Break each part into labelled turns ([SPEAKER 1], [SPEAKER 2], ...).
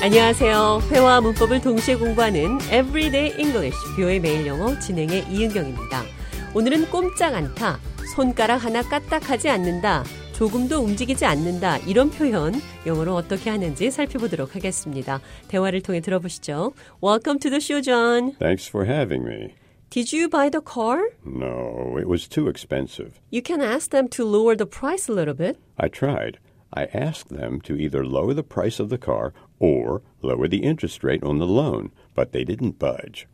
[SPEAKER 1] 안녕하세요. 회화 문법을 동시에 공부하는 Everyday English 뷰의 매일 영어 진행의 이은경입니다. 오늘은 꼼짝 않다, 손가락 하나 까딱하지 않는다, 조금도 움직이지 않는다 이런 표현 영어로 어떻게 하는지 살펴보도록 하겠습니다. 대화를 통해 들어보시죠. Welcome to the show, John.
[SPEAKER 2] Thanks for having me.
[SPEAKER 1] Did you buy the car?
[SPEAKER 2] No, it was too expensive.
[SPEAKER 1] You can ask them to lower the price a little bit.
[SPEAKER 2] I tried. I asked them to either lower the price of the car or lower the interest rate on the loan, but they didn't budge.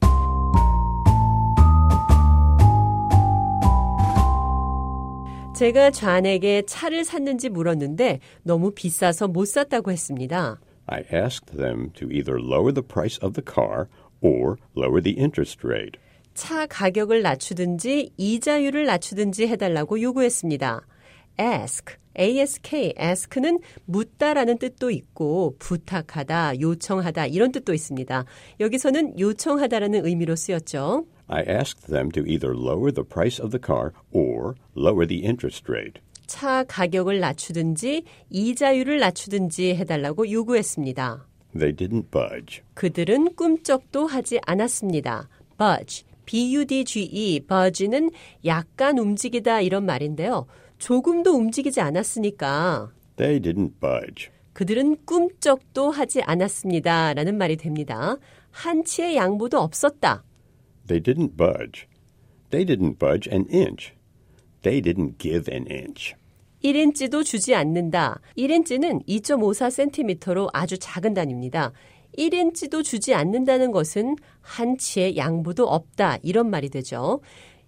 [SPEAKER 1] 제가 좌에게 차를 샀는지 물었는데 너무 비싸서 못 샀다고 했습니다.
[SPEAKER 2] I asked them to either lower the price of the car or lower the interest rate.
[SPEAKER 1] 차 가격을 낮추든지 이자율을 낮추든지 해달라고 요구했습니다. ask, ask, ask는 묻다라는 뜻도 있고 부탁하다, 요청하다 이런 뜻도 있습니다. 여기서는 요청하다라는 의미로 쓰였죠.
[SPEAKER 2] I asked them to either lower the price of the car or lower the interest rate.
[SPEAKER 1] 차 가격을 낮추든지 이자율을 낮추든지 해달라고 요구했습니다.
[SPEAKER 2] They didn't budge.
[SPEAKER 1] 그들은 꿈쩍도 하지 않았습니다. budge, b-u-d-g-e, E, budge는 약간 움직이다 이런 말인데요. 조금도 움직이지 않았으니까
[SPEAKER 2] They didn't budge.
[SPEAKER 1] 그들은 꿈쩍도 하지 않았습니다. 라는 말이 됩니다. 한치의 양보도 없었다.
[SPEAKER 2] They didn't budge. They didn't budge an inch. They didn't give an inch.
[SPEAKER 1] 1인치도 주지 않는다. 1인치는 2.54cm로 아주 작은 단위입니다. 1인치도 주지 않는다는 것은 한치의 양보도 없다. 이런 말이 되죠.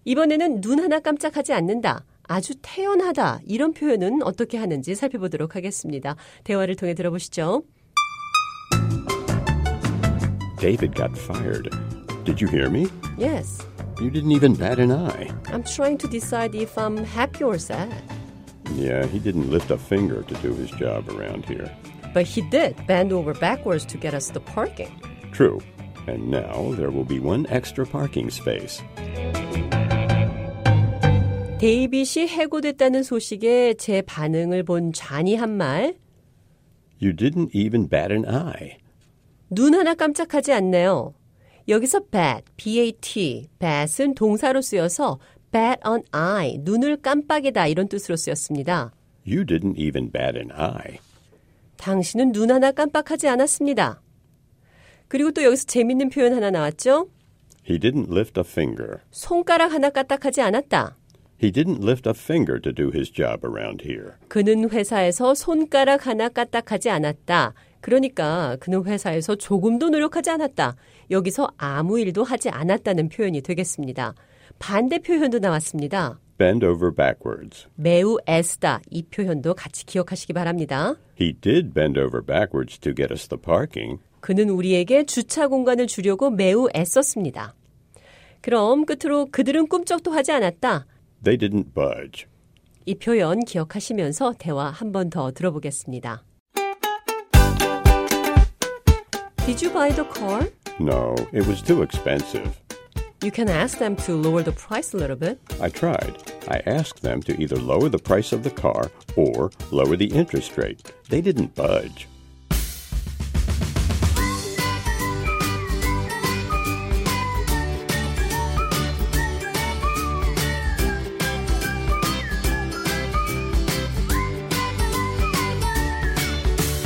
[SPEAKER 1] 이번에는 눈 하나 깜짝하지 않는다. 아주 태연하다. 이런 표현은 어떻게 하는지 살펴보도록 하겠습니다. 대화를 통해 들어보시죠.
[SPEAKER 2] David got fired. Did you hear me?
[SPEAKER 1] Yes.
[SPEAKER 2] You didn't even bat an eye.
[SPEAKER 1] I'm trying to decide if I'm happy or sad.
[SPEAKER 2] Yeah, he didn't lift a finger to do his job around here.
[SPEAKER 1] But he did bend over backwards to get us the parking.
[SPEAKER 2] True. And now there will be one extra parking space.
[SPEAKER 1] 데이빗이 해고됐다는 소식에 제 반응을 본 좌니 한 말.
[SPEAKER 2] You didn't even bat an eye.
[SPEAKER 1] 눈 하나 깜짝하지 않네요. 여기서 bat, bat, bat은 동사로 쓰여서 bat on eye, 눈을 깜빡이다 이런 뜻으로 쓰였습니다.
[SPEAKER 2] You didn't even bat an eye.
[SPEAKER 1] 당신은 눈 하나 깜빡하지 않았습니다. 그리고 또 여기서 재밌는 표현 하나 나왔죠?
[SPEAKER 2] He didn't lift a finger.
[SPEAKER 1] 손가락 하나 까딱하지 않았다.
[SPEAKER 2] He didn't lift a finger to do his job around here.
[SPEAKER 1] 그는 회사에서 손가락 하나 까딱하지 않았다. 그러니까 그는 회사에서 조금도 노력하지 않았다. 여기서 아무 일도 하지 않았다는 표현이 되겠습니다. 반대 표현도 나왔습니다.
[SPEAKER 2] Bend over backwards.
[SPEAKER 1] 매우 애쓰다. 이 표현도 같이 기억하시기 바랍니다.
[SPEAKER 2] He did bend over backwards to get us the parking.
[SPEAKER 1] 그는 우리에게 주차 공간을 주려고 매우 애썼습니다. 그럼 끝으로 그들은 꿈쩍도 하지 않았다.
[SPEAKER 2] They didn't budge.
[SPEAKER 1] 이 표현 기억하시면서 대화 한 번 더 들어보겠습니다. Did you buy the car?
[SPEAKER 2] No, it was too expensive.
[SPEAKER 1] You can ask them to lower the price a little bit.
[SPEAKER 2] I tried. I asked them to either lower the price of the car or lower the interest rate. They didn't budge.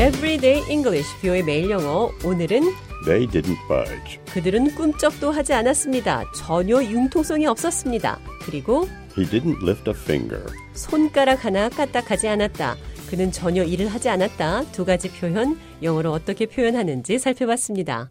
[SPEAKER 1] Everyday English, 뷰의 매일 영어. 오늘은
[SPEAKER 2] They didn't budge.
[SPEAKER 1] 그들은 꿈쩍도 하지 않았습니다. 전혀 융통성이 없었습니다. 그리고
[SPEAKER 2] He didn't lift a finger.
[SPEAKER 1] 손가락 하나 까딱하지 않았다. 그는 전혀 일을 하지 않았다. 두 가지 표현, 영어로 어떻게 표현하는지 살펴봤습니다.